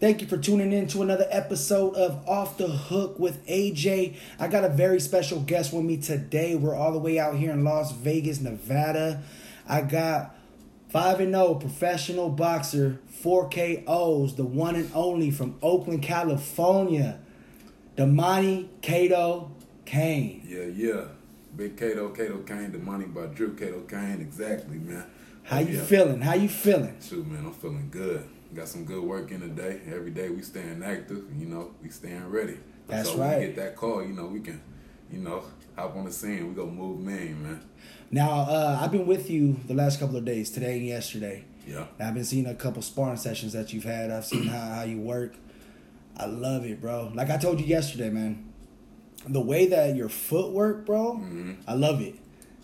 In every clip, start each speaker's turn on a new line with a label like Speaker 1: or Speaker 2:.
Speaker 1: Thank you for tuning in to another episode of Off the Hook with AJ. I got a very special guest with me today. We're all the way out here in Las Vegas, Nevada. I got 5 and 0 professional boxer 4KOs, the one and only from Oakland, California, Damani Cato Kane.
Speaker 2: Yeah, yeah. Big Cato, Cato Kane, the money by Drew Cato Kane. Exactly, man.
Speaker 1: How
Speaker 2: Oh,
Speaker 1: you
Speaker 2: yeah.
Speaker 1: feeling? How you feeling?
Speaker 2: Shoot, man, I'm feeling good. Got some good work in today. Every day we staying active, you know, we staying ready.
Speaker 1: That's
Speaker 2: so
Speaker 1: right.
Speaker 2: When we get that call, you know, we can, you know, hop on the scene. We gonna move man, man.
Speaker 1: Now, uh, I've been with you the last couple of days, today and yesterday.
Speaker 2: Yeah.
Speaker 1: And I've been seeing a couple sparring sessions that you've had. I've seen how, how you work. I love it, bro. Like I told you yesterday, man, the way that your footwork, bro, I love it.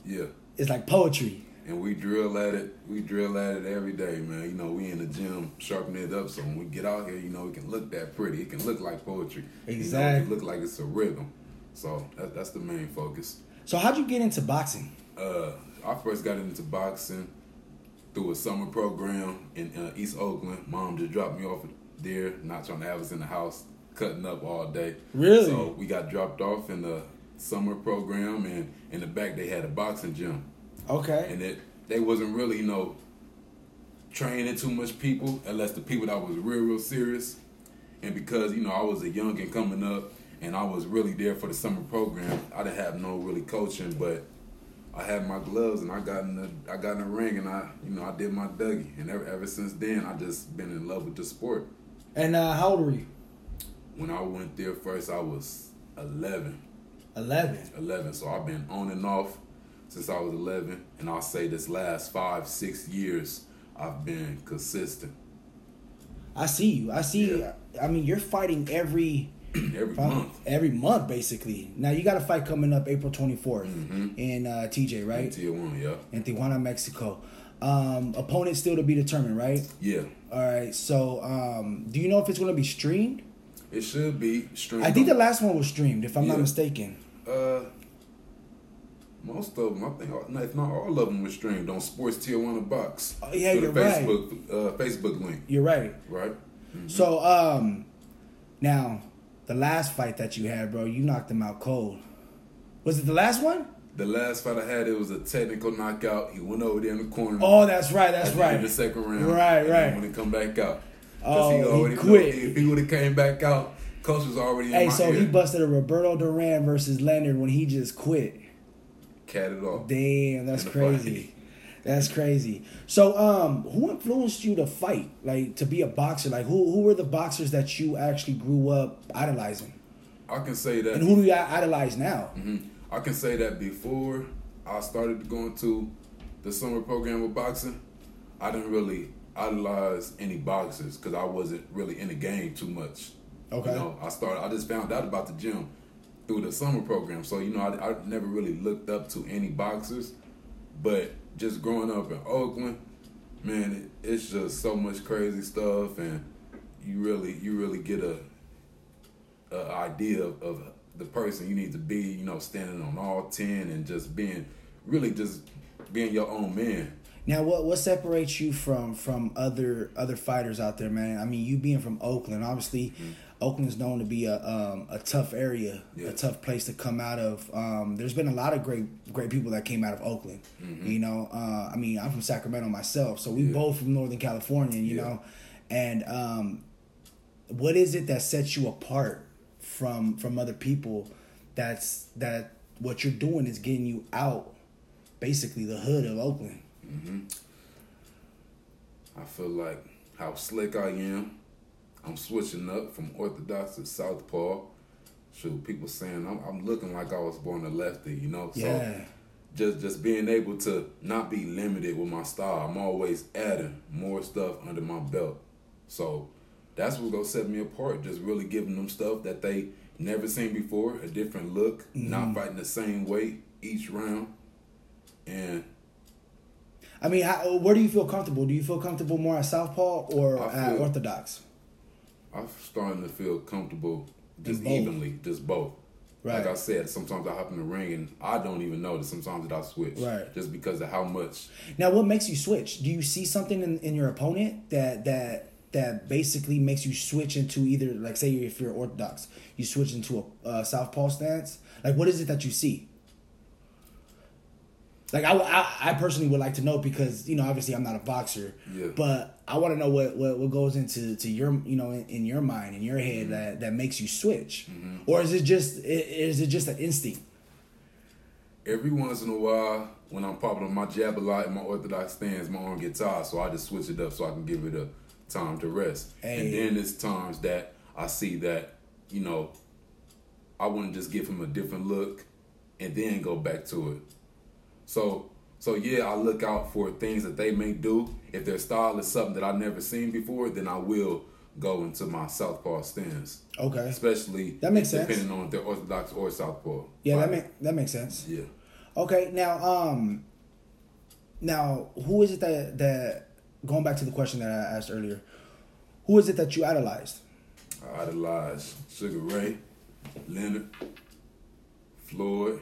Speaker 2: Yeah.
Speaker 1: It's like poetry.
Speaker 2: And we drill at it. We drill at it every day, man. You know, we in the gym sharpening it up. So when we get out here, you know, it can look that pretty. It can look like poetry. You know, it
Speaker 1: Exact.
Speaker 2: can look like it's a rhythm. So that, that's the main focus.
Speaker 1: So how'd you get into boxing?
Speaker 2: uh, I first got into boxing through a summer program in uh, East Oakland. Mom just dropped me off there, not trying to have us in the house, cutting up all day.
Speaker 1: Really?
Speaker 2: So we got dropped off in the summer program, and in the back they had a boxing gym,
Speaker 1: Okay.
Speaker 2: and it they wasn't really you know training too much people unless the people that was real real serious. And because you know I was a young and coming up, and I was really there for the summer program, I didn't have no really coaching, but I had my gloves and I got in the I got in the ring and I you know I did my Dougie, and ever ever since then I just been in love with the sport.
Speaker 1: And uh, how old were you?
Speaker 2: When I went there first, I was 11.
Speaker 1: 11.
Speaker 2: 11. So I've been on and off since I was 11. And I'll say this last five, six years, I've been consistent.
Speaker 1: I see you. I see.
Speaker 2: Yeah.
Speaker 1: I mean, you're fighting every
Speaker 2: Every month.
Speaker 1: every month, basically. Now you got a fight coming up April 24th in uh, TJ, right?
Speaker 2: Tier one, yeah.
Speaker 1: in Tijuana, Mexico. Um, opponent still to be determined, right?
Speaker 2: Yeah.
Speaker 1: All right. So, um, do you know if it's going to be streamed?
Speaker 2: It should be streamed.
Speaker 1: I think the last one was streamed, if I'm not
Speaker 2: Yeah.
Speaker 1: mistaken.
Speaker 2: uh, most of them, I think, all- no, if not all of them, were streamed on Sports Tier One Box.
Speaker 1: Oh, yeah,
Speaker 2: through the
Speaker 1: you're right.
Speaker 2: Facebook, uh, Facebook link,
Speaker 1: You're right.
Speaker 2: right? Mm-hmm.
Speaker 1: So, um, now the last fight that you had, bro, you knocked him out cold. Was it the last one?
Speaker 2: The last fight I had, it was a technical knockout. He went over there in the corner.
Speaker 1: Oh, that's right. That's
Speaker 2: at the end of
Speaker 1: right.
Speaker 2: The second round.
Speaker 1: Right,
Speaker 2: And
Speaker 1: right.
Speaker 2: When he come back out.
Speaker 1: Oh,
Speaker 2: 'Cause
Speaker 1: he
Speaker 2: know
Speaker 1: quit.
Speaker 2: if he would have came back out, coach was already in
Speaker 1: Hey,
Speaker 2: my
Speaker 1: so
Speaker 2: ear.
Speaker 1: he busted a Roberto Duran versus Leonard when he just quit.
Speaker 2: cat it off.
Speaker 1: Damn, that's
Speaker 2: In the
Speaker 1: crazy.
Speaker 2: fight.
Speaker 1: That's crazy. So, um, who influenced you to fight, like to be a boxer? Like, who who were the boxers that you actually grew up idolizing,
Speaker 2: I can say that.
Speaker 1: and who do you idolize now?
Speaker 2: Mhm. I can say that before I started going to the summer program with boxing, I didn't really idolize any boxers because I wasn't really in the game too much.
Speaker 1: Okay.
Speaker 2: You know, I started. I just found out about the gym through the summer program. So you know, I, I never really looked up to any boxers, but just growing up in Oakland, man, it, it's just so much crazy stuff, and you really, you really get a uh, idea of, of the person you need to be, you know, standing on all 10 and just being, really just being your own man.
Speaker 1: Now, what what separates you from from other other fighters out there, man? I mean, you being from Oakland, obviously, Oakland's known to be a um, a tough area,
Speaker 2: Yeah.
Speaker 1: a tough place to come out of. Um, there's been a lot of great great people that came out of Oakland. You know, uh, I mean, I'm from Sacramento myself, so we both from Northern California. You
Speaker 2: Yeah.
Speaker 1: know, and um, what is it that sets you apart from from other people? That's that what you're doing is getting you out, basically the hood of Oakland.
Speaker 2: I feel like how slick I am. I'm switching up from Orthodox to Southpaw. Shoot, people saying I'm, I'm looking like I was born a lefty, you know?
Speaker 1: Yeah.
Speaker 2: just just being able to not be limited with my style. I'm always adding more stuff under my belt. So that's what's gonna set me apart. Just really giving them stuff that they never seen before, a different look, not fighting the same way each round. And
Speaker 1: I mean, how, where do you feel comfortable? Do you feel comfortable more at Southpaw or
Speaker 2: I
Speaker 1: at
Speaker 2: feel-
Speaker 1: Orthodox?
Speaker 2: I'm starting to feel comfortable just
Speaker 1: both.
Speaker 2: evenly, just both.
Speaker 1: Right.
Speaker 2: Like I said, sometimes I hop in the ring and I don't even notice sometimes that I switch.
Speaker 1: Right.
Speaker 2: Just because of how much
Speaker 1: Now, what makes you switch? Do you see something in, in your opponent that that that basically makes you switch into either like say if you're orthodox, you switch into a uh, southpaw stance. Like what is it that you see? Like I, I, I personally would like to know because you know obviously I'm not a boxer,
Speaker 2: Yeah.
Speaker 1: but I want to know what, what what goes into to your you know in, in your mind in your head that that makes you switch, or is it just i- is it just an instinct?
Speaker 2: Every once in a while, when I'm popping up my jab a lot in my orthodox stance, my arm gets tired, so I just switch it up so I can give it a time to rest.
Speaker 1: Hey.
Speaker 2: And then there's times that I see that, you know, I want to just give him a different look and then go back to it. So so yeah, I look out for things that they may do. If their style is something that I've never seen before, then I will go into my southpaw stance.
Speaker 1: Okay,
Speaker 2: Especially
Speaker 1: That makes sense.
Speaker 2: depending on if they're orthodox or southpaw.
Speaker 1: yeah, that
Speaker 2: Like,
Speaker 1: make that makes sense.
Speaker 2: yeah.
Speaker 1: Okay, now um, now who is it that that going back to the question that I asked earlier, who is it that you idolized?
Speaker 2: I idolized Sugar Ray, Leonard, Floyd,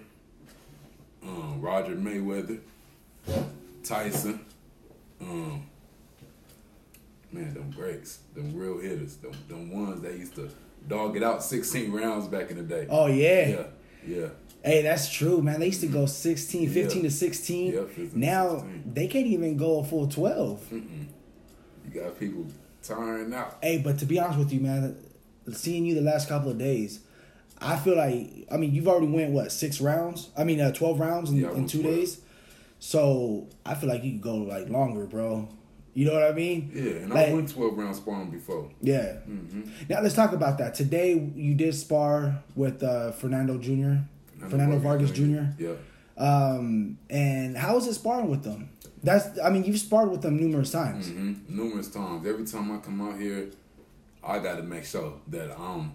Speaker 2: um, Roger Mayweather, Tyson. Um, man, them breaks, them real hitters, them, them ones that used to dog it out 16 rounds back in the day.
Speaker 1: Oh yeah,
Speaker 2: yeah, yeah.
Speaker 1: hey, that's true, man. They used to go 16, 15 to
Speaker 2: Yeah.
Speaker 1: sixteen.
Speaker 2: Yeah, 15 to Mm.
Speaker 1: now
Speaker 2: 16.
Speaker 1: they can't even go a full twelve.
Speaker 2: You got people tiring out.
Speaker 1: Hey, but to be honest with you, man, seeing you the last couple of days, I feel like I mean you've already went what six rounds? I mean uh, twelve rounds in,
Speaker 2: Yeah, I
Speaker 1: in
Speaker 2: went
Speaker 1: two
Speaker 2: 12.
Speaker 1: days. So I feel like you could go like longer, bro. You know what I mean?
Speaker 2: Yeah, and
Speaker 1: Like-
Speaker 2: I went 12 round sparring before.
Speaker 1: Yeah. Now let's talk about that. Today you did spar with uh, Fernando Jr. Fernando, Vargas, Jr.
Speaker 2: Yeah.
Speaker 1: Um, and how is it sparring with them? That's I mean you've sparred with them numerous times.
Speaker 2: Mhm. Numerous times. Every time I come out here, I got to make sure that I'm,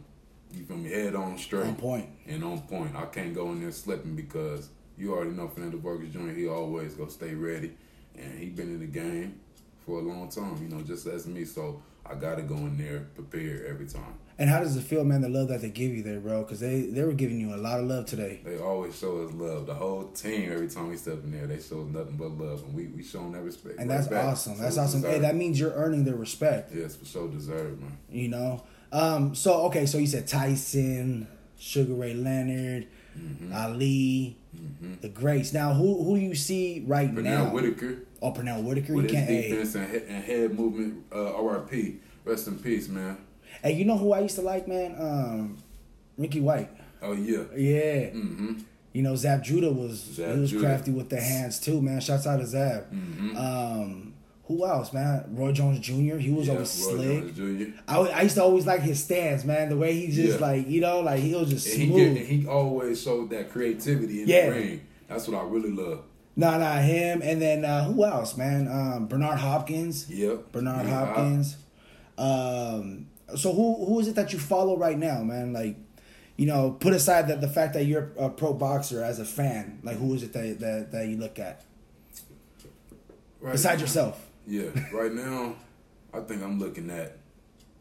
Speaker 2: you feel me, head on straight.
Speaker 1: On point.
Speaker 2: And on point. I can't go in there slipping because you already know Fernando Vargas Jr., he always going to stay ready. And he been in the game for a long time, you know, just as me. So I got to go in there prepared every time.
Speaker 1: And how does it feel, man? The love that they give you there, bro? Because they they were giving you a lot of love today.
Speaker 2: They always show us love. The whole team, every time we step in there, they show us nothing but love. And we, we show them that respect.
Speaker 1: And
Speaker 2: right
Speaker 1: that's
Speaker 2: back.
Speaker 1: awesome.
Speaker 2: So
Speaker 1: That's
Speaker 2: it's
Speaker 1: awesome. Hey,
Speaker 2: deserved.
Speaker 1: that means you're earning their respect.
Speaker 2: Yes, for sure deserved, man.
Speaker 1: You know. Um. So okay. So you said Tyson, Sugar Ray Leonard, Mm-hmm. Ali, the Greats. Now, who who do you see right
Speaker 2: Pernell
Speaker 1: Mm-hmm. now?
Speaker 2: Whitaker.
Speaker 1: Oh, Pernell Whitaker.
Speaker 2: with
Speaker 1: you
Speaker 2: his
Speaker 1: can't. Hey,
Speaker 2: defense and, he- and head movement. Uh, R.I.P. Rest in peace, man.
Speaker 1: hey, you know who I used to like, man? Um, Ricky White.
Speaker 2: Oh yeah, Mm-hmm.
Speaker 1: Yeah. You know, Zab Judah was
Speaker 2: Mm. Zab
Speaker 1: he was
Speaker 2: Judah. Mm-hmm.
Speaker 1: crafty with the hands too, man. Shouts out to Zab. Um, who else, man? Roy Jones Jr. He was
Speaker 2: yeah.
Speaker 1: always slick.
Speaker 2: Jones Jr.
Speaker 1: I, wa- I used to always like his stance, man. The way he just
Speaker 2: Yeah.
Speaker 1: like you know, like he was just
Speaker 2: And he, did,
Speaker 1: smooth.
Speaker 2: and he always showed that creativity in
Speaker 1: Yeah.
Speaker 2: the ring. That's what I really love.
Speaker 1: Nah, nah, him. And then uh, who else, man? Um, Bernard Hopkins.
Speaker 2: Yep.
Speaker 1: Bernard
Speaker 2: Yeah, I-
Speaker 1: Hopkins. Um, so who who is it that you follow right now, man? Like, you know, put aside that the fact that you're a pro boxer as a fan, like who is it that that, that you look at
Speaker 2: right
Speaker 1: besides
Speaker 2: now-
Speaker 1: yourself?
Speaker 2: Yeah. Right now, I think I'm looking at.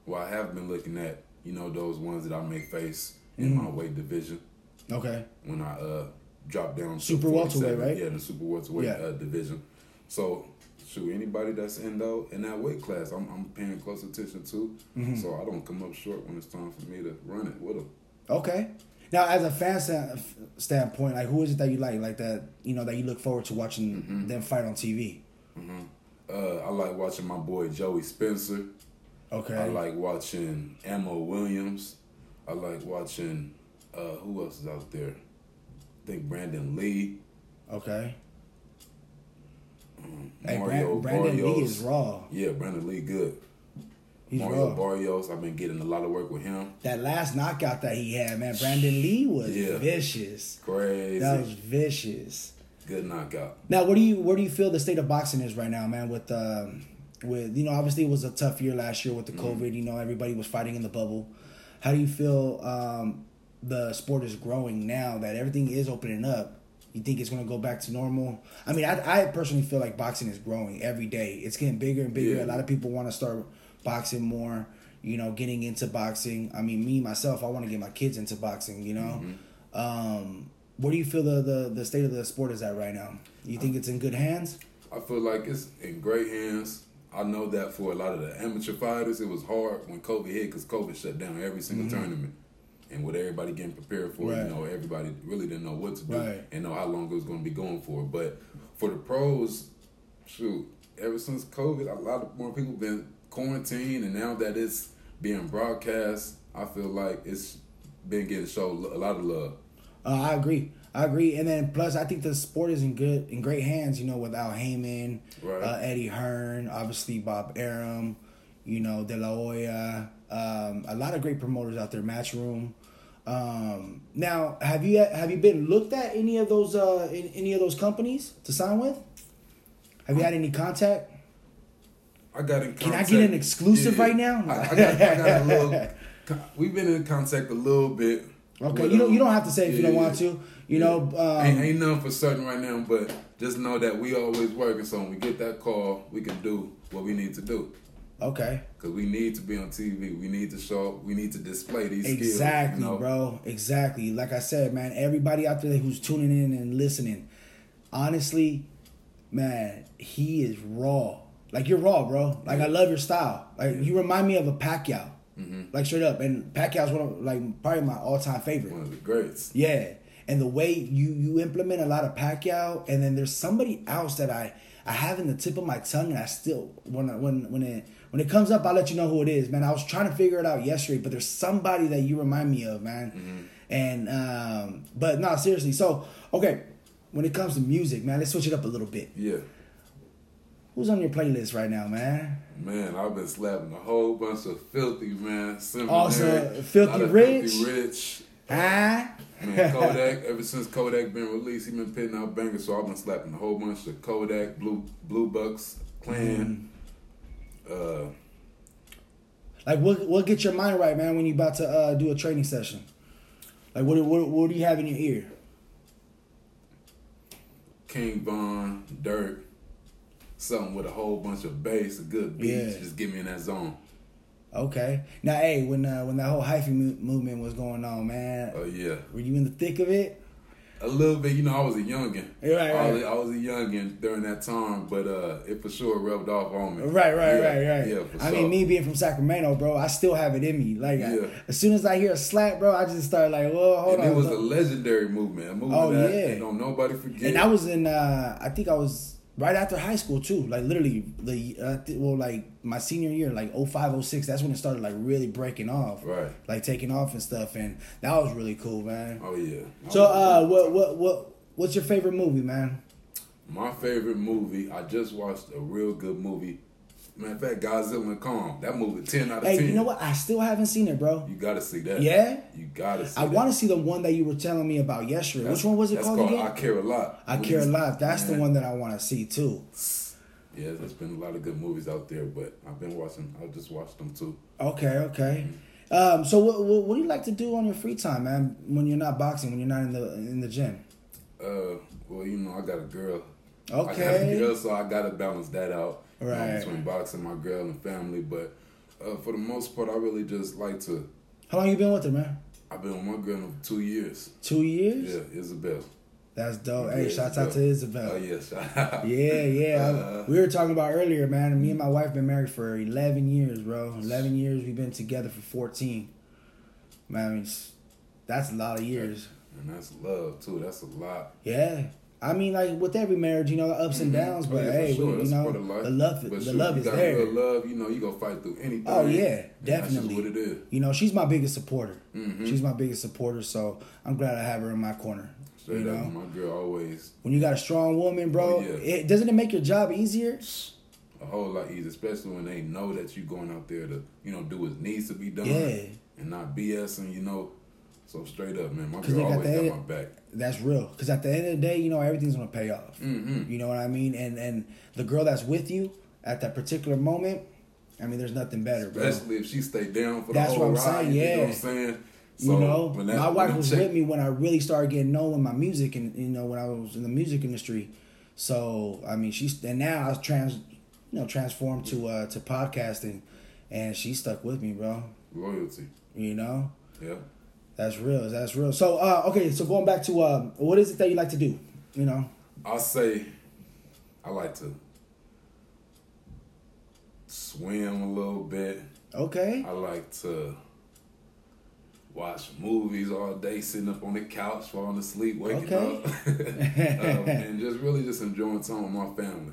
Speaker 2: Well, I have been looking at you know those ones that I may face in
Speaker 1: Mm-hmm.
Speaker 2: my weight division.
Speaker 1: Okay.
Speaker 2: when I uh dropped down to
Speaker 1: Super welterweight,
Speaker 2: 47.
Speaker 1: right?
Speaker 2: Yeah, the super welterweight
Speaker 1: Yeah.
Speaker 2: uh, division. So, shoot, anybody that's in though in that weight class, I'm, I'm paying close attention to,
Speaker 1: Mm-hmm.
Speaker 2: so I don't come up short when it's time for me to run it with them.
Speaker 1: Okay. Now, as a fan sta- f- standpoint, like who is it that you like, like that you know that you look forward to watching
Speaker 2: Mm-hmm.
Speaker 1: them fight on TV?
Speaker 2: Uh, I like watching my boy Joey Spencer.
Speaker 1: Okay.
Speaker 2: I like watching Emma Williams. I like watching uh, who else is out there? I think Brandon Lee,
Speaker 1: Okay. Hey,
Speaker 2: Mario
Speaker 1: Brand- Brandon Lee
Speaker 2: Barrios.
Speaker 1: is raw.
Speaker 2: Yeah, Brandon Lee, good.
Speaker 1: He's
Speaker 2: Mario
Speaker 1: raw.
Speaker 2: Barrios, I've been getting a lot of work with him.
Speaker 1: that last knockout that he had, man, Brandon Lee was
Speaker 2: Yeah.
Speaker 1: vicious.
Speaker 2: Crazy,
Speaker 1: That was vicious.
Speaker 2: good knockout.
Speaker 1: Now, where do you where do you feel the state of boxing is right now, man? With um, with you know, obviously it was a tough year last year with the COVID. You know, everybody was fighting in the bubble. How do you feel um, the sport is growing now that everything is opening up? You think it's going to go back to normal? I mean, I, I personally feel like boxing is growing every day. It's getting bigger and bigger.
Speaker 2: Yeah.
Speaker 1: A lot of people want to start boxing more. You know, getting into boxing. I mean, me myself, I want to get my kids into boxing. You know. Um, where do you feel the, the, the state of the sport is at right now? You think it's in good hands?
Speaker 2: I feel like it's in great hands. I know that for a lot of the amateur fighters, it was hard when COVID hit because COVID shut down every single tournament. And with everybody getting prepared for it,
Speaker 1: Mm-hmm. Right.
Speaker 2: you know, everybody really didn't know what to do
Speaker 1: Right.
Speaker 2: and know how long it was going to be going for. But for the pros, shoot, ever since COVID, a lot of more people been quarantined, and now that it's being broadcast, I feel like it's been getting shown a lot of love.
Speaker 1: Uh, I agree. I agree. And then plus, I think the sport is in good, in great hands. You know, without Heyman,
Speaker 2: Right.
Speaker 1: uh, Eddie Hearn, obviously Bob Arum, you know De La Hoya, um, a lot of great promoters out there. Matchroom. Um, now, have you have you been looked at any of those uh, in any of those companies to sign with? Have you had any contact?
Speaker 2: I got in. Contact.
Speaker 1: Can I get an exclusive right now?
Speaker 2: I, I got, I got a little. We've been in contact a little bit.
Speaker 1: Okay,
Speaker 2: with,
Speaker 1: you don't
Speaker 2: um,
Speaker 1: you don't have to say if you don't
Speaker 2: yeah,
Speaker 1: want to. You know, um,
Speaker 2: ain't, ain't nothing for certain right now, but just know that we always working. So when we get that call, we can do what we need to do.
Speaker 1: okay.
Speaker 2: Cause we need to be on TV. We need to show. up. We need to display these skills.
Speaker 1: Exactly,
Speaker 2: you know?
Speaker 1: bro. Exactly. Like I said, man, everybody out there who's tuning in and listening, honestly, man, he is raw. Like you're raw, bro. Like I love your style. Like you remind me of a Pacquiao.
Speaker 2: Mm-hmm.
Speaker 1: Like straight up, and Pacquiao's one of like probably my all time favorite.
Speaker 2: One of the greats.
Speaker 1: Yeah, and the way you you implement a lot of Pacquiao, and then there's somebody else that I I have in the tip of my tongue, and I still when I, when when it when it comes up, I'll let you know who it is, man. I was trying to figure it out yesterday, but there's somebody that you remind me of, man. And um, but no, seriously. So okay, when it comes to music, man, let's switch it up a little bit.
Speaker 2: Yeah,
Speaker 1: Who's on your playlist right now, man?
Speaker 2: man. I've been slapping a whole bunch of filthy man. Seminary,
Speaker 1: Also, Filthy
Speaker 2: lot of
Speaker 1: Rich.
Speaker 2: Filthy rich.
Speaker 1: Ah,
Speaker 2: Man, Kodak. ever since Kodak been released, he been putting out bangers. So I've been slapping a whole bunch of Kodak, Blue Blue Bucks,
Speaker 1: Mm-hmm.
Speaker 2: Clan. Uh,
Speaker 1: like what what get your mind right, man, when you about to uh, do a training session? Like what what what do you have in your ear?
Speaker 2: King Von, Dirt, something with a whole bunch of bass, a good beat.
Speaker 1: Yeah.
Speaker 2: Just get me in that zone.
Speaker 1: Okay. Now, hey, when uh, when that whole hyphy mo- movement was going on, man,
Speaker 2: Oh yeah.
Speaker 1: were you in the thick of it?
Speaker 2: A little bit, you know, I was a youngin.
Speaker 1: Right, right.
Speaker 2: I, was, I was a youngin during that time, but uh, it for sure rubbed off on me.
Speaker 1: Right, right,
Speaker 2: Yeah,
Speaker 1: right, right.
Speaker 2: Yeah, for
Speaker 1: I
Speaker 2: sure.
Speaker 1: mean, me being from Sacramento, bro, I still have it in me. Like, I-
Speaker 2: Yeah.
Speaker 1: as soon as I hear a slap, bro, I just start like, whoa, hold
Speaker 2: and
Speaker 1: on.
Speaker 2: it was a
Speaker 1: look.
Speaker 2: legendary movement, a movement
Speaker 1: Oh,
Speaker 2: that
Speaker 1: yeah.
Speaker 2: don't nobody forget.
Speaker 1: and I was in, uh, I think I was right after high school too. Like literally the, uh, th- well, like my senior year, like 05, 06, That's when it started like really breaking off,
Speaker 2: Right.
Speaker 1: Like taking off and stuff, and that was really cool, man.
Speaker 2: Oh yeah. I
Speaker 1: So,
Speaker 2: was-
Speaker 1: uh, what, what, what, what's your favorite movie, man?
Speaker 2: My favorite movie. I just watched a real good movie. Matter of fact, Godzilla and Kong. That movie, ten out of
Speaker 1: Hey,
Speaker 2: ten.
Speaker 1: you know what? I still haven't seen it, bro.
Speaker 2: You gotta see that.
Speaker 1: Yeah?
Speaker 2: You gotta see.
Speaker 1: I
Speaker 2: that.
Speaker 1: want to see the one that you were telling me about yesterday. Which one was it
Speaker 2: That's
Speaker 1: called,
Speaker 2: called
Speaker 1: again?
Speaker 2: I Care a Lot.
Speaker 1: I, Care a Lot. That's the one that I want to see too.
Speaker 2: Yeah, there's been a lot of good movies out there, but I've been watching. I just watched them too.
Speaker 1: Okay, okay.
Speaker 2: Mm-hmm.
Speaker 1: Um, so what, what what do you like to do on your free time, man? When you're not boxing, when you're not in the in the gym.
Speaker 2: Uh, well, you know, I got a girl. I got
Speaker 1: Okay.
Speaker 2: a girl, so I gotta balance that out. you know,
Speaker 1: Right.
Speaker 2: between boxing, my girl, and family, but uh, for the most part, I really just like to.
Speaker 1: How long you been with her, man?
Speaker 2: I've been with my girl for two years.
Speaker 1: Two years.
Speaker 2: Yeah, Isabel.
Speaker 1: That's dope. Hey,
Speaker 2: Yeah,
Speaker 1: shout out to Isabel.
Speaker 2: Oh yeah, shout out.
Speaker 1: Yeah, yeah.
Speaker 2: Uh,
Speaker 1: we were talking about earlier, man. Me and my wife been married for eleven years, bro. Eleven years. We've been together for fourteen. Man, I mean, s- that's a lot of years.
Speaker 2: and that's love too. That's a lot.
Speaker 1: Yeah. I mean, like with every marriage, you know, the ups and downs,
Speaker 2: Oh,
Speaker 1: but
Speaker 2: yeah, for
Speaker 1: hey,
Speaker 2: sure.
Speaker 1: we, you
Speaker 2: That's
Speaker 1: know,
Speaker 2: part of life.
Speaker 1: the love,
Speaker 2: But
Speaker 1: the
Speaker 2: shoot,
Speaker 1: love
Speaker 2: you
Speaker 1: is
Speaker 2: got
Speaker 1: there.
Speaker 2: real love, you know, you gonna fight through anything.
Speaker 1: Oh yeah,
Speaker 2: And That's just
Speaker 1: definitely.
Speaker 2: what it is.
Speaker 1: You know, she's my biggest supporter.
Speaker 2: Mm-hmm.
Speaker 1: She's my biggest supporter, so I'm glad I have her in my corner.
Speaker 2: Straight
Speaker 1: you know,
Speaker 2: up, my girl always
Speaker 1: when you got a strong woman, bro,
Speaker 2: Oh, yeah.
Speaker 1: it doesn't it make your job easier?
Speaker 2: a whole lot easier, especially when they know that you going out there to, you know, do what needs to be done
Speaker 1: Yeah.
Speaker 2: and not BSing, you know. So straight up, man, my
Speaker 1: 'Cause
Speaker 2: girl
Speaker 1: they got
Speaker 2: always got
Speaker 1: that-
Speaker 2: my back.
Speaker 1: That's real. Because at the end of the day, you know everything's gonna pay off.
Speaker 2: Mm-hmm.
Speaker 1: You know what I mean? And and the girl that's with you at that particular moment, I mean, there's nothing better, bro.
Speaker 2: Especially if she stay down for
Speaker 1: That's
Speaker 2: the
Speaker 1: what
Speaker 2: whole
Speaker 1: I'm saying,
Speaker 2: ride. You know
Speaker 1: yeah.
Speaker 2: what I'm saying?
Speaker 1: You know,
Speaker 2: when that-
Speaker 1: my
Speaker 2: when
Speaker 1: wife
Speaker 2: them
Speaker 1: was
Speaker 2: check-
Speaker 1: with me when I really started getting known with my music, and you know when I was in the music industry. So I mean, she's and now I was trans, you know, transformed to uh to podcasting, and she stuck with me, bro.
Speaker 2: Loyalty.
Speaker 1: You know,
Speaker 2: Yeah.
Speaker 1: that's real. That's real. So uh, okay, so going back to um, what is it that you like to do? You know,
Speaker 2: I say I like to swim a little bit.
Speaker 1: Okay.
Speaker 2: I like to watch movies all day, sitting up on the couch, falling asleep, waking
Speaker 1: Okay.
Speaker 2: up, um, and just really just enjoying time with my family.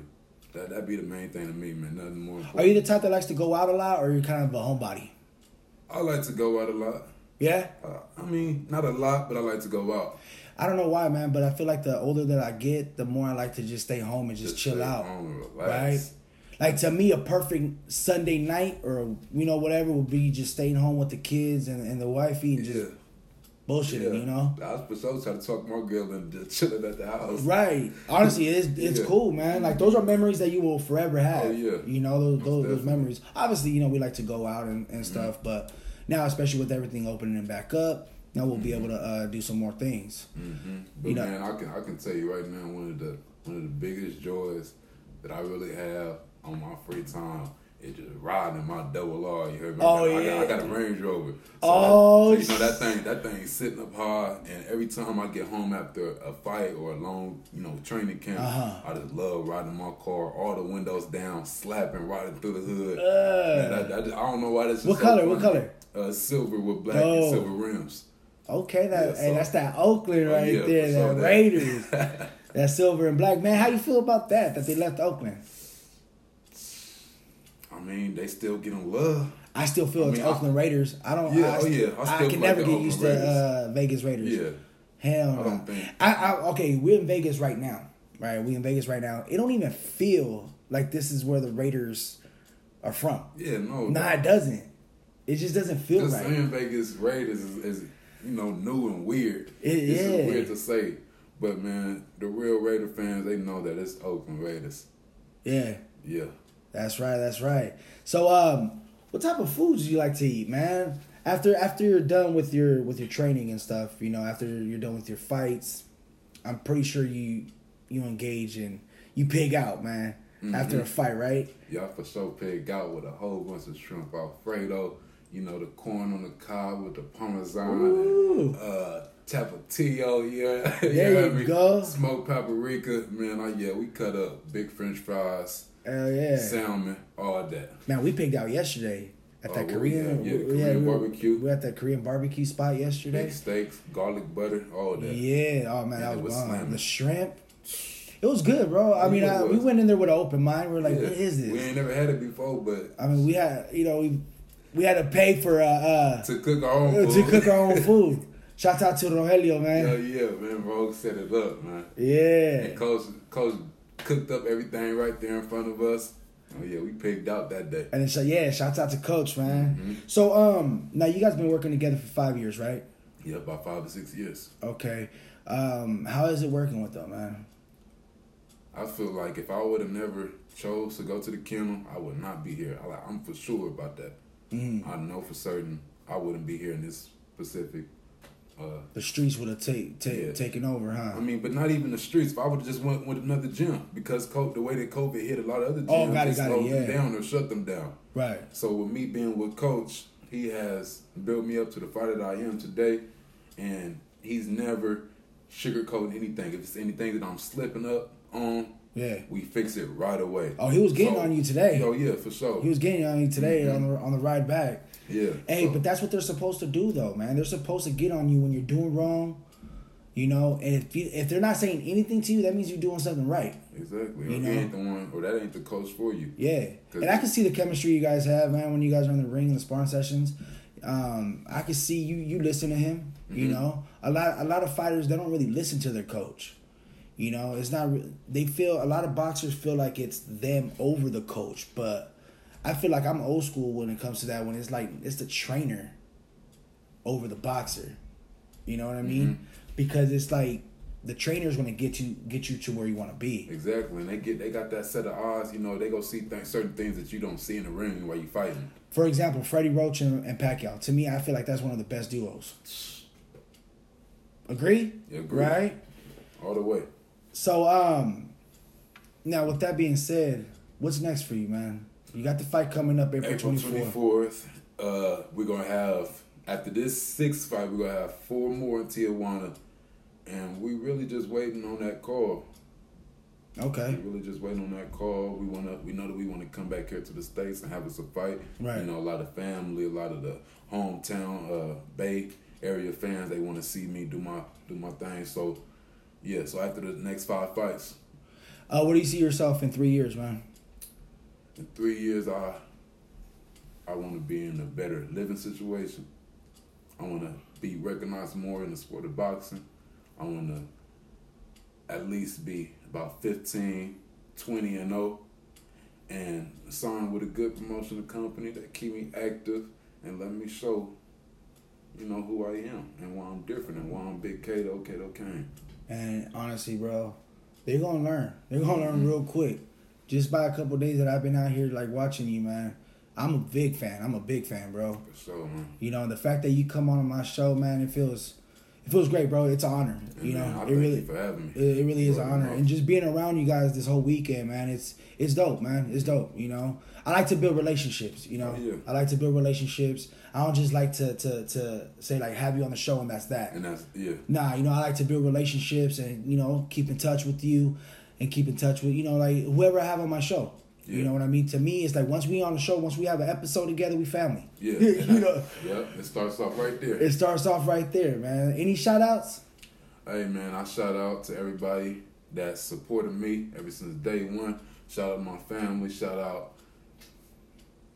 Speaker 2: That that be the main thing to me, man. Nothing more.
Speaker 1: Are you
Speaker 2: Important.
Speaker 1: the type that likes to go out a lot, or you're kind of a homebody?
Speaker 2: I like to go out a lot.
Speaker 1: Yeah.
Speaker 2: Uh, I mean, not a lot, but I like to go out.
Speaker 1: I don't know why, man, but I feel like the older that I get, the more I like to just stay home and just,
Speaker 2: Just
Speaker 1: chill
Speaker 2: stay
Speaker 1: out,
Speaker 2: home and
Speaker 1: right?
Speaker 2: relax.
Speaker 1: Like to me, a perfect Sunday night or you know whatever would be just staying home with the kids and, and the wifey and just
Speaker 2: Yeah.
Speaker 1: bullshitting,
Speaker 2: Yeah.
Speaker 1: you know?
Speaker 2: I was for sure trying to talk my girl into just chilling at the house.
Speaker 1: Right. Honestly, it's it's
Speaker 2: Yeah.
Speaker 1: cool, man. Like those are memories that you will forever have.
Speaker 2: Oh, yeah.
Speaker 1: You know those those, those
Speaker 2: definitely. Mm-hmm.
Speaker 1: memories. Obviously, you know we like to go out and, and stuff, but now especially with everything opening back up, now we'll
Speaker 2: Mm-hmm.
Speaker 1: be able to uh, do some more things.
Speaker 2: But
Speaker 1: You know-
Speaker 2: man, I can I can tell you right now one of the one of the biggest joys that I really have on my free time is just riding my double R. You heard me?
Speaker 1: Oh,
Speaker 2: I got,
Speaker 1: yeah.
Speaker 2: I got, I got a Range Rover. So
Speaker 1: Oh,
Speaker 2: that, so you know that thing that thing sitting up high, and every time I get home after a fight or a long you know training camp,
Speaker 1: Uh-huh.
Speaker 2: I just love riding my car, all the windows down, slapping, riding through the hood.
Speaker 1: Uh.
Speaker 2: Man, that- that- I don't know why this. Is
Speaker 1: What
Speaker 2: so
Speaker 1: color? What
Speaker 2: funny.
Speaker 1: color?
Speaker 2: Uh, silver with black
Speaker 1: Oh.
Speaker 2: and silver rims.
Speaker 1: Okay, that
Speaker 2: Yeah,
Speaker 1: hey,
Speaker 2: so- Oh,
Speaker 1: that's that Oakland right
Speaker 2: yeah,
Speaker 1: there,
Speaker 2: so
Speaker 1: that
Speaker 2: that-
Speaker 1: Raiders, that silver and black man. How you feel about that? That they left Oakland.
Speaker 2: I mean, they still getting love.
Speaker 1: I still feel
Speaker 2: I
Speaker 1: it's
Speaker 2: mean, I-
Speaker 1: Oakland Raiders. I don't.
Speaker 2: Yeah,
Speaker 1: I,
Speaker 2: oh, yeah, I
Speaker 1: I,
Speaker 2: still
Speaker 1: can
Speaker 2: like
Speaker 1: never
Speaker 2: the
Speaker 1: get
Speaker 2: Oakland
Speaker 1: used
Speaker 2: Raiders.
Speaker 1: to uh, Vegas Raiders.
Speaker 2: Yeah.
Speaker 1: Hell
Speaker 2: I
Speaker 1: no.
Speaker 2: don't think-
Speaker 1: I, I okay. We're in Vegas right now, right? We in Vegas right now. It don't even feel like this is where the Raiders are from.
Speaker 2: Yeah, no.
Speaker 1: Nah, it doesn't. It just doesn't feel
Speaker 2: Just
Speaker 1: right.
Speaker 2: saying Vegas Raiders is, is, you know, new and weird.
Speaker 1: It-
Speaker 2: it's just
Speaker 1: yeah.
Speaker 2: weird to say. But, man, the real Raider fans, they know that it's Oakland Raiders.
Speaker 1: Yeah,
Speaker 2: Yeah.
Speaker 1: that's right. That's right. So, um, what type of foods do you like to eat, man? After after you're done with your with your training and stuff, you know, after you're done with your fights, I'm pretty sure you you engage and you pig out, man.
Speaker 2: Mm-hmm.
Speaker 1: After a fight, right?
Speaker 2: Y'all for sure pig out with a whole bunch of shrimp Alfredo. You know, the corn on the cob with the Parmesan.
Speaker 1: Ooh.
Speaker 2: And, uh, Tapatio, yeah.
Speaker 1: There
Speaker 2: know
Speaker 1: you
Speaker 2: what I mean?
Speaker 1: go.
Speaker 2: Smoked paprika. Man, oh, yeah, we cut up big french fries,
Speaker 1: Hell yeah.
Speaker 2: salmon, all that.
Speaker 1: Man, we picked out yesterday at that
Speaker 2: Oh, what we
Speaker 1: Korean,
Speaker 2: had? Yeah, the
Speaker 1: we- we
Speaker 2: Korean
Speaker 1: were-
Speaker 2: barbecue.
Speaker 1: We were at that Korean barbecue spot
Speaker 2: Big
Speaker 1: yesterday.
Speaker 2: steaks, garlic butter, all that.
Speaker 1: Yeah, oh man,
Speaker 2: Yeah,
Speaker 1: that
Speaker 2: it
Speaker 1: was,
Speaker 2: was
Speaker 1: bomb.
Speaker 2: slamming.
Speaker 1: The shrimp, it was good, bro. I
Speaker 2: Yeah,
Speaker 1: mean,
Speaker 2: it
Speaker 1: I, we
Speaker 2: was.
Speaker 1: went in there with an open mind. We are like,
Speaker 2: Yeah.
Speaker 1: what is this?
Speaker 2: We ain't never had it before, but
Speaker 1: I mean, we had, you know, we we had to pay for uh, uh
Speaker 2: to cook our own food.
Speaker 1: to cook our own food. Shout out to Rogelio,
Speaker 2: Hell
Speaker 1: man.
Speaker 2: yeah, man. Rogue set it up, man.
Speaker 1: Yeah,
Speaker 2: And Coach, Coach cooked up everything right there in front of us. Oh, yeah, we pigged out that day.
Speaker 1: and then sh- yeah, shout out to Coach, man.
Speaker 2: Mm-hmm.
Speaker 1: So um, now you guys been working together for five years, right?
Speaker 2: Yeah, about five or six years.
Speaker 1: Okay, um, how is it working with them, man?
Speaker 2: I feel like if I would have never chose to go to the kennel, I would not be here. I, like, I'm for sure about that.
Speaker 1: Mm.
Speaker 2: I know for certain I wouldn't be here in this specific. Uh,
Speaker 1: The streets would have take, take
Speaker 2: Yeah. Mm-hmm.
Speaker 1: taken over, huh?
Speaker 2: I mean, but not even the streets. If I would have just went with another gym because co- the way that COVID hit a lot of other gyms,
Speaker 1: Oh, got it,
Speaker 2: they
Speaker 1: got it,
Speaker 2: slowed
Speaker 1: yeah.
Speaker 2: them down or shut them down.
Speaker 1: right.
Speaker 2: So with me being with Coach, he has built me up to the fighter that I am today, and he's never sugarcoating anything. If it's anything that I'm slipping up on,
Speaker 1: Yeah.
Speaker 2: we fix it right away.
Speaker 1: Oh, he was getting on you today.
Speaker 2: Oh yeah, for sure.
Speaker 1: He was getting on you today
Speaker 2: Mm-hmm.
Speaker 1: on the on the ride back.
Speaker 2: yeah.
Speaker 1: Hey,
Speaker 2: so-
Speaker 1: but that's what they're supposed to do, though, man. They're supposed to get on you when you're doing wrong. You know, and if you, if they're not saying anything to you, that means you're doing something right.
Speaker 2: exactly. Or
Speaker 1: you
Speaker 2: he
Speaker 1: know-
Speaker 2: ain't the one, or that ain't the coach for you.
Speaker 1: Yeah,
Speaker 2: Good.
Speaker 1: and I can see the chemistry you guys have, man. When you guys are in the ring and the sparring sessions, um, I can see you you listen to him. You know, a lot a lot of fighters they don't really listen to their coach. You know, it's not re- they feel a lot of boxers feel like it's them over the coach, but I feel like I'm old school when it comes to that. When it's like it's the trainer over the boxer. You know what I mean? Because it's like the trainer's gonna get you get you to where you want to be.
Speaker 2: Exactly, and they get they got that set of eyes. You know, they go see th- certain things that you don't see in the ring while you fighting.
Speaker 1: For example, Freddie Roach and, and Pacquiao. To me, I feel like that's one of the best duos. Agree?
Speaker 2: Yeah, agree.
Speaker 1: Right?
Speaker 2: all the way.
Speaker 1: So, um, now with that being said, what's next for you, man? You got the fight coming up April,
Speaker 2: April
Speaker 1: 24th.
Speaker 2: 24th, uh, we're going to have, after this sixth fight, we're going to have four more in Tijuana. And we really just waiting on that call.
Speaker 1: Okay.
Speaker 2: We really just waiting on that call. We wanna we know that we wanna come back here to the States and have us a fight.
Speaker 1: Right.
Speaker 2: You know, a lot of family, a lot of the hometown uh Bay area fans, they wanna see me do my do my thing. So yeah, so after the next five fights,
Speaker 1: Uh, where do you see yourself in three years, man?
Speaker 2: in three years I I wanna be in a better living situation. I wanna be recognized more in the sport of boxing. I wanna at least be about 15, 20 and 0 and sign with a good promotional company that keep me active and let me show you know who I am and why I'm different and why I'm big Kato Kato Kane.
Speaker 1: And honestly, bro, they're gonna learn. They're gonna learn real quick. Just by a couple days that I've been out here, like watching you, man. I'm a big fan. I'm a big fan, bro.
Speaker 2: For sure, man.
Speaker 1: You know, and the fact that you come on my show, man, it feels, it feels great, bro. It's an honor.
Speaker 2: And
Speaker 1: You
Speaker 2: man, I
Speaker 1: know, it
Speaker 2: thank
Speaker 1: really,
Speaker 2: you for having me.
Speaker 1: It, it really is an
Speaker 2: Right,
Speaker 1: honor,
Speaker 2: bro.
Speaker 1: and just being around you guys this whole weekend, man, it's it's dope, man. It's dope. You know, I like to build relationships. You know,
Speaker 2: Oh, yeah.
Speaker 1: I like to build relationships. I don't just like to to to say like have you on the show and that's that.
Speaker 2: And that's yeah.
Speaker 1: Nah, you know, I like to build relationships and you know keep in touch with you, and keep in touch with you know like whoever I have on my show. You
Speaker 2: Yeah.
Speaker 1: know what I mean? To me, it's like once we on the show, once we have an episode together, we family.
Speaker 2: Yeah. and
Speaker 1: you
Speaker 2: I-
Speaker 1: know,
Speaker 2: Yep, it starts off right there.
Speaker 1: it starts off right there, man. Any shout outs?
Speaker 2: Hey man, I shout out to everybody that supported me ever since day one. Shout out my family. Shout out,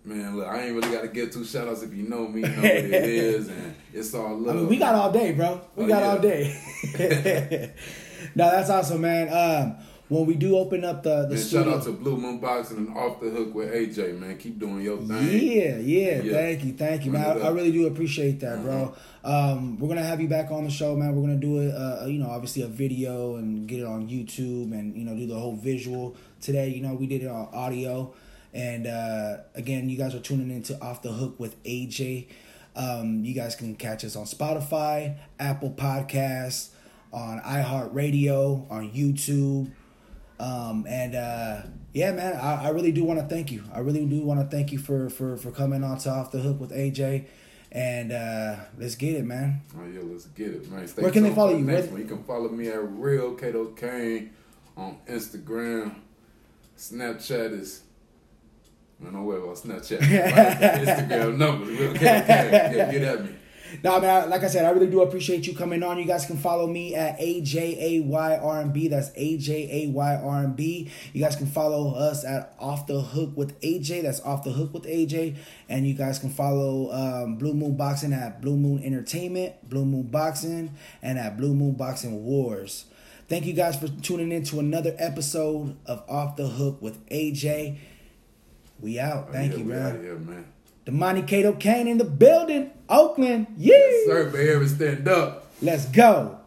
Speaker 2: man. Look, I ain't really got to give two shout outs if you know me. You know what it is, and it's all
Speaker 1: I
Speaker 2: love.
Speaker 1: mean, we got all day, bro. We
Speaker 2: Oh,
Speaker 1: got
Speaker 2: yeah.
Speaker 1: all day. no, that's awesome, man. Um, when we do open up the the
Speaker 2: Man,
Speaker 1: studio,
Speaker 2: shout out to Blue Moon Boxing and Off the Hook with AJ. Man, keep doing your thing.
Speaker 1: yeah, yeah,
Speaker 2: Yeah.
Speaker 1: Thank you, thank you, man.
Speaker 2: Bring
Speaker 1: I,
Speaker 2: it
Speaker 1: I
Speaker 2: up.
Speaker 1: really do appreciate that, bro. Um, we're gonna have you back on the show, man. We're gonna do it, uh, you know, obviously a video and get it on YouTube and you know do the whole visual today. You know, we did it on audio, and uh, again, you guys are tuning into Off the Hook with AJ. Um, you guys can catch us on Spotify, Apple Podcasts, on iHeartRadio, on YouTube. Um, and uh, yeah, man, I, I really do want to thank you. I really do want to thank you for for for coming on to off the hook with AJ. And uh, let's get it, man.
Speaker 2: Oh yeah, let's get it, man. Stay
Speaker 1: Where can they
Speaker 2: tuned
Speaker 1: follow
Speaker 2: for the
Speaker 1: you?
Speaker 2: Next
Speaker 1: Where-
Speaker 2: one. You can follow me at Real Kato Kane on Instagram. Snapchat is. I don't know where about Snapchat. Right? Instagram numbers. Real Kato Kane. Yeah, get at me.
Speaker 1: No, I mean, I, like I said, I really do appreciate you coming on. You guys can follow me at AJAYRMB. That's AJAYRMB. You guys can follow us at Off the Hook with AJ. That's Off the Hook with AJ. And you guys can follow um, Blue Moon Boxing at Blue Moon Entertainment, Blue Moon Boxing, and at Blue Moon Boxing Wars. Thank you guys for tuning in to another episode of Off the Hook with AJ. We out. Thank
Speaker 2: Oh, yeah,
Speaker 1: you,
Speaker 2: we
Speaker 1: man.
Speaker 2: outta here, man.
Speaker 1: The Monte Cato Kane in the building, Oakland. Yeah.
Speaker 2: Sir, but stand up.
Speaker 1: Let's go.